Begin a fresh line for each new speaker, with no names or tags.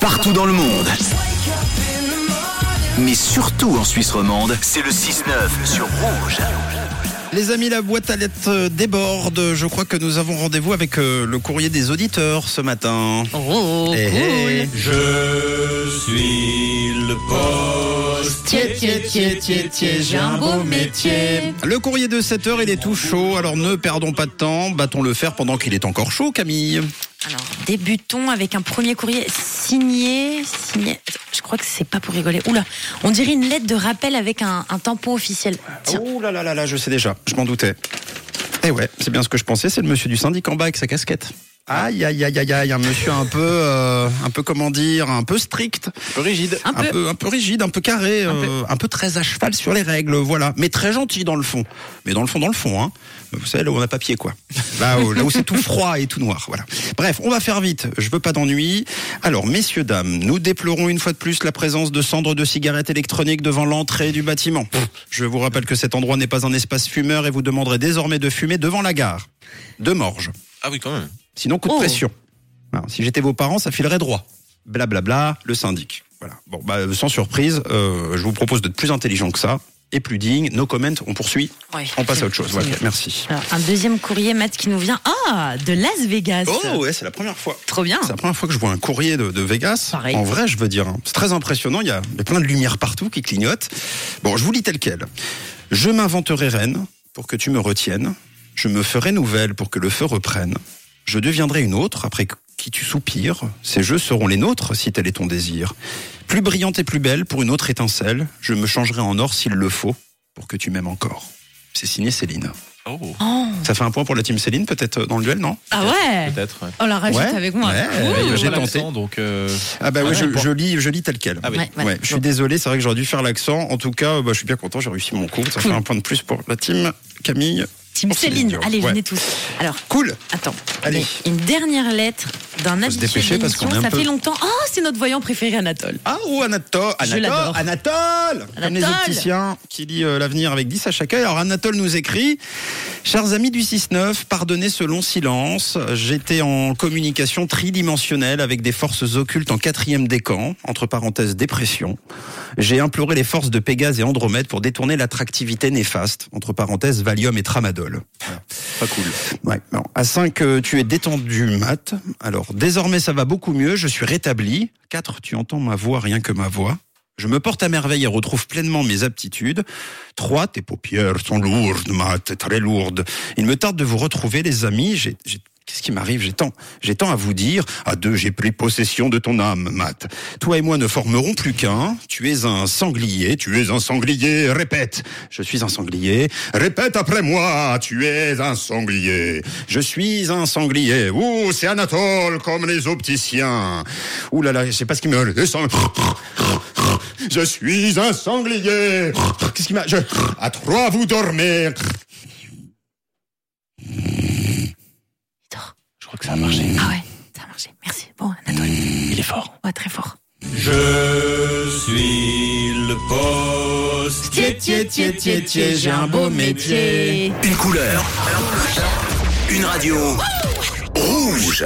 partout dans le monde. Mais surtout en Suisse romande, c'est le 6-9 sur Rouge.
Les amis, la boîte à lettres euh, déborde. Je crois que nous avons rendez-vous avec euh, le courrier des auditeurs ce matin.
Oh,
Eh, eh.
Je suis le postier.
Tié, tié, tié, tié, j'ai un beau métier.
Le courrier de 7 heures, il est tout chaud, alors ne perdons pas de temps, battons le fer pendant qu'il est encore chaud, Camille.
Alors, débutons avec un premier courrier signé. signé. Je crois que c'est pas pour rigoler. Oula, on dirait une lettre de rappel avec un, un tampon officiel. Tiens,
Oh là là là là, je sais déjà, je m'en doutais. Eh ouais, c'est bien ce que je pensais, c'est le monsieur du syndic en bas avec sa casquette. Aïe aïe aïe aïe aïe, un monsieur un peu, euh, un peu comment dire, un peu strict, un peu rigide, un
Un
peu,
peu.
un peu rigide, un peu carré, euh, un, peu. très à cheval sur les règles, voilà, mais très gentil dans le fond, mais dans le fond, dans le fond, hein. Vous savez là où on a papier quoi, là où, là où c'est tout froid et tout noir, voilà. Bref, on va faire vite, je veux pas d'ennui. Alors messieurs dames, nous déplorons une fois de plus la présence de cendres de cigarettes électroniques devant l'entrée du bâtiment. Je vous rappelle que cet endroit n'est pas un espace fumeur et vous demanderez désormais de fumer devant la gare. De morge.
Ah oui, quand même.
Sinon, coup de
Oh.
pression. Alors, si j'étais vos parents, ça filerait droit. Blablabla, le syndic. Voilà. Bon, bah, sans surprise, euh, je vous propose d'être plus intelligent que ça et plus digne. No comment, on poursuit.
Ouais.
On passe à autre chose.
C'est
Voilà,
mieux.
merci.
Alors, un deuxième courrier, Matt, qui nous vient. Ah, de Las Vegas.
Oh, ouais, c'est la première fois.
Trop bien.
C'est la première fois que je vois un courrier de, de Vegas.
Ah. Pareil.
En vrai, je veux dire, hein. c'est très impressionnant. Il y, a, il y a plein de lumières partout qui clignotent. Bon, je vous lis tel quel. Je m'inventerai reine pour que tu me retiennes. Je me ferai nouvelle pour que le feu reprenne. Je deviendrai une autre après qui tu soupires. Ces jeux seront les nôtres si tel est ton désir. Plus brillante et plus belle pour une autre étincelle. Je me changerai en or s'il le faut pour que tu m'aimes encore. C'est signé Céline.
Oh,
Oh.
Ça fait un point pour la team Céline, peut-être euh, dans le duel, non
Ah ouais
peut-être. ouais.
On la rajoute
Ouais,
avec moi.
ouais,
Ouh.
euh, j'ai
Pas
tenté.
l'accent, Donc, euh,
Ah bah
Ah
oui,
ouais,
je,
bon.
je lis, je lis tel quel.
Ah oui.
Ouais, voilà.
Ouais, je suis désolé, c'est vrai que j'aurais dû faire l'accent. En tout cas, euh, bah, je suis bien content, j'ai réussi mon coup. Ça fait un point de plus pour la team Camille.
Team
pour
Céline,
Dion.
allez,
Oh, Ouais.
venez tous. Alors,
Cool.
attends.
Allez.
Une dernière lettre d'un
se
habitué
dépêcher
de
parce qu'on
l'émission.
est un
Ça
peu-
fait longtemps. Oh, c'est notre voyant préféré, Anatole.
Ah ou Anatole,
Je
Anatole,
l'adore.
Anatole, Comme les
Anatole.
opticiens qui lit euh, l'avenir avec 10 à chaque œil. Alors Anatole nous écrit Chers amis du 6-9, pardonnez ce long silence. J'étais en communication tridimensionnelle avec des forces occultes en quatrième décan, entre parenthèses dépression. J'ai imploré les forces de Pégase et Andromède pour détourner l'attractivité néfaste, entre parenthèses Valium et Tramadol.
pas cool.
Ouais. Alors, à 5, tu es détendu, Matt. Alors, désormais, ça va beaucoup mieux. Je suis rétabli. 4, tu entends ma voix, rien que ma voix. Je me porte à merveille et retrouve pleinement mes aptitudes. 3, tes paupières sont lourdes, Matt, très lourdes. Il me tarde de vous retrouver, les amis. J'ai, j'ai- Qu'est-ce qui m'arrive J'ai tant, j'ai tant à vous dire. À deux, j'ai pris possession de ton âme, Matt. Toi et moi ne formerons plus qu'un. Tu es un sanglier, tu es un sanglier. Répète, je suis un sanglier. Répète après moi, tu es un sanglier. Je suis un sanglier. Ouh, c'est Anatole comme les opticiens. Ouh là là, je sais pas ce qui me... le sang- Je suis un sanglier. Qu'est-ce qui m'a... Je... À trois, vous dormez.
Je crois que ça a marché.
Ah ouais, ça a marché. Merci. Bon, Anatole.
Il est fort.
Ouais, très fort.
Je suis le postier.
j'ai un beau métier.
Une couleur. Une radio. Rouge.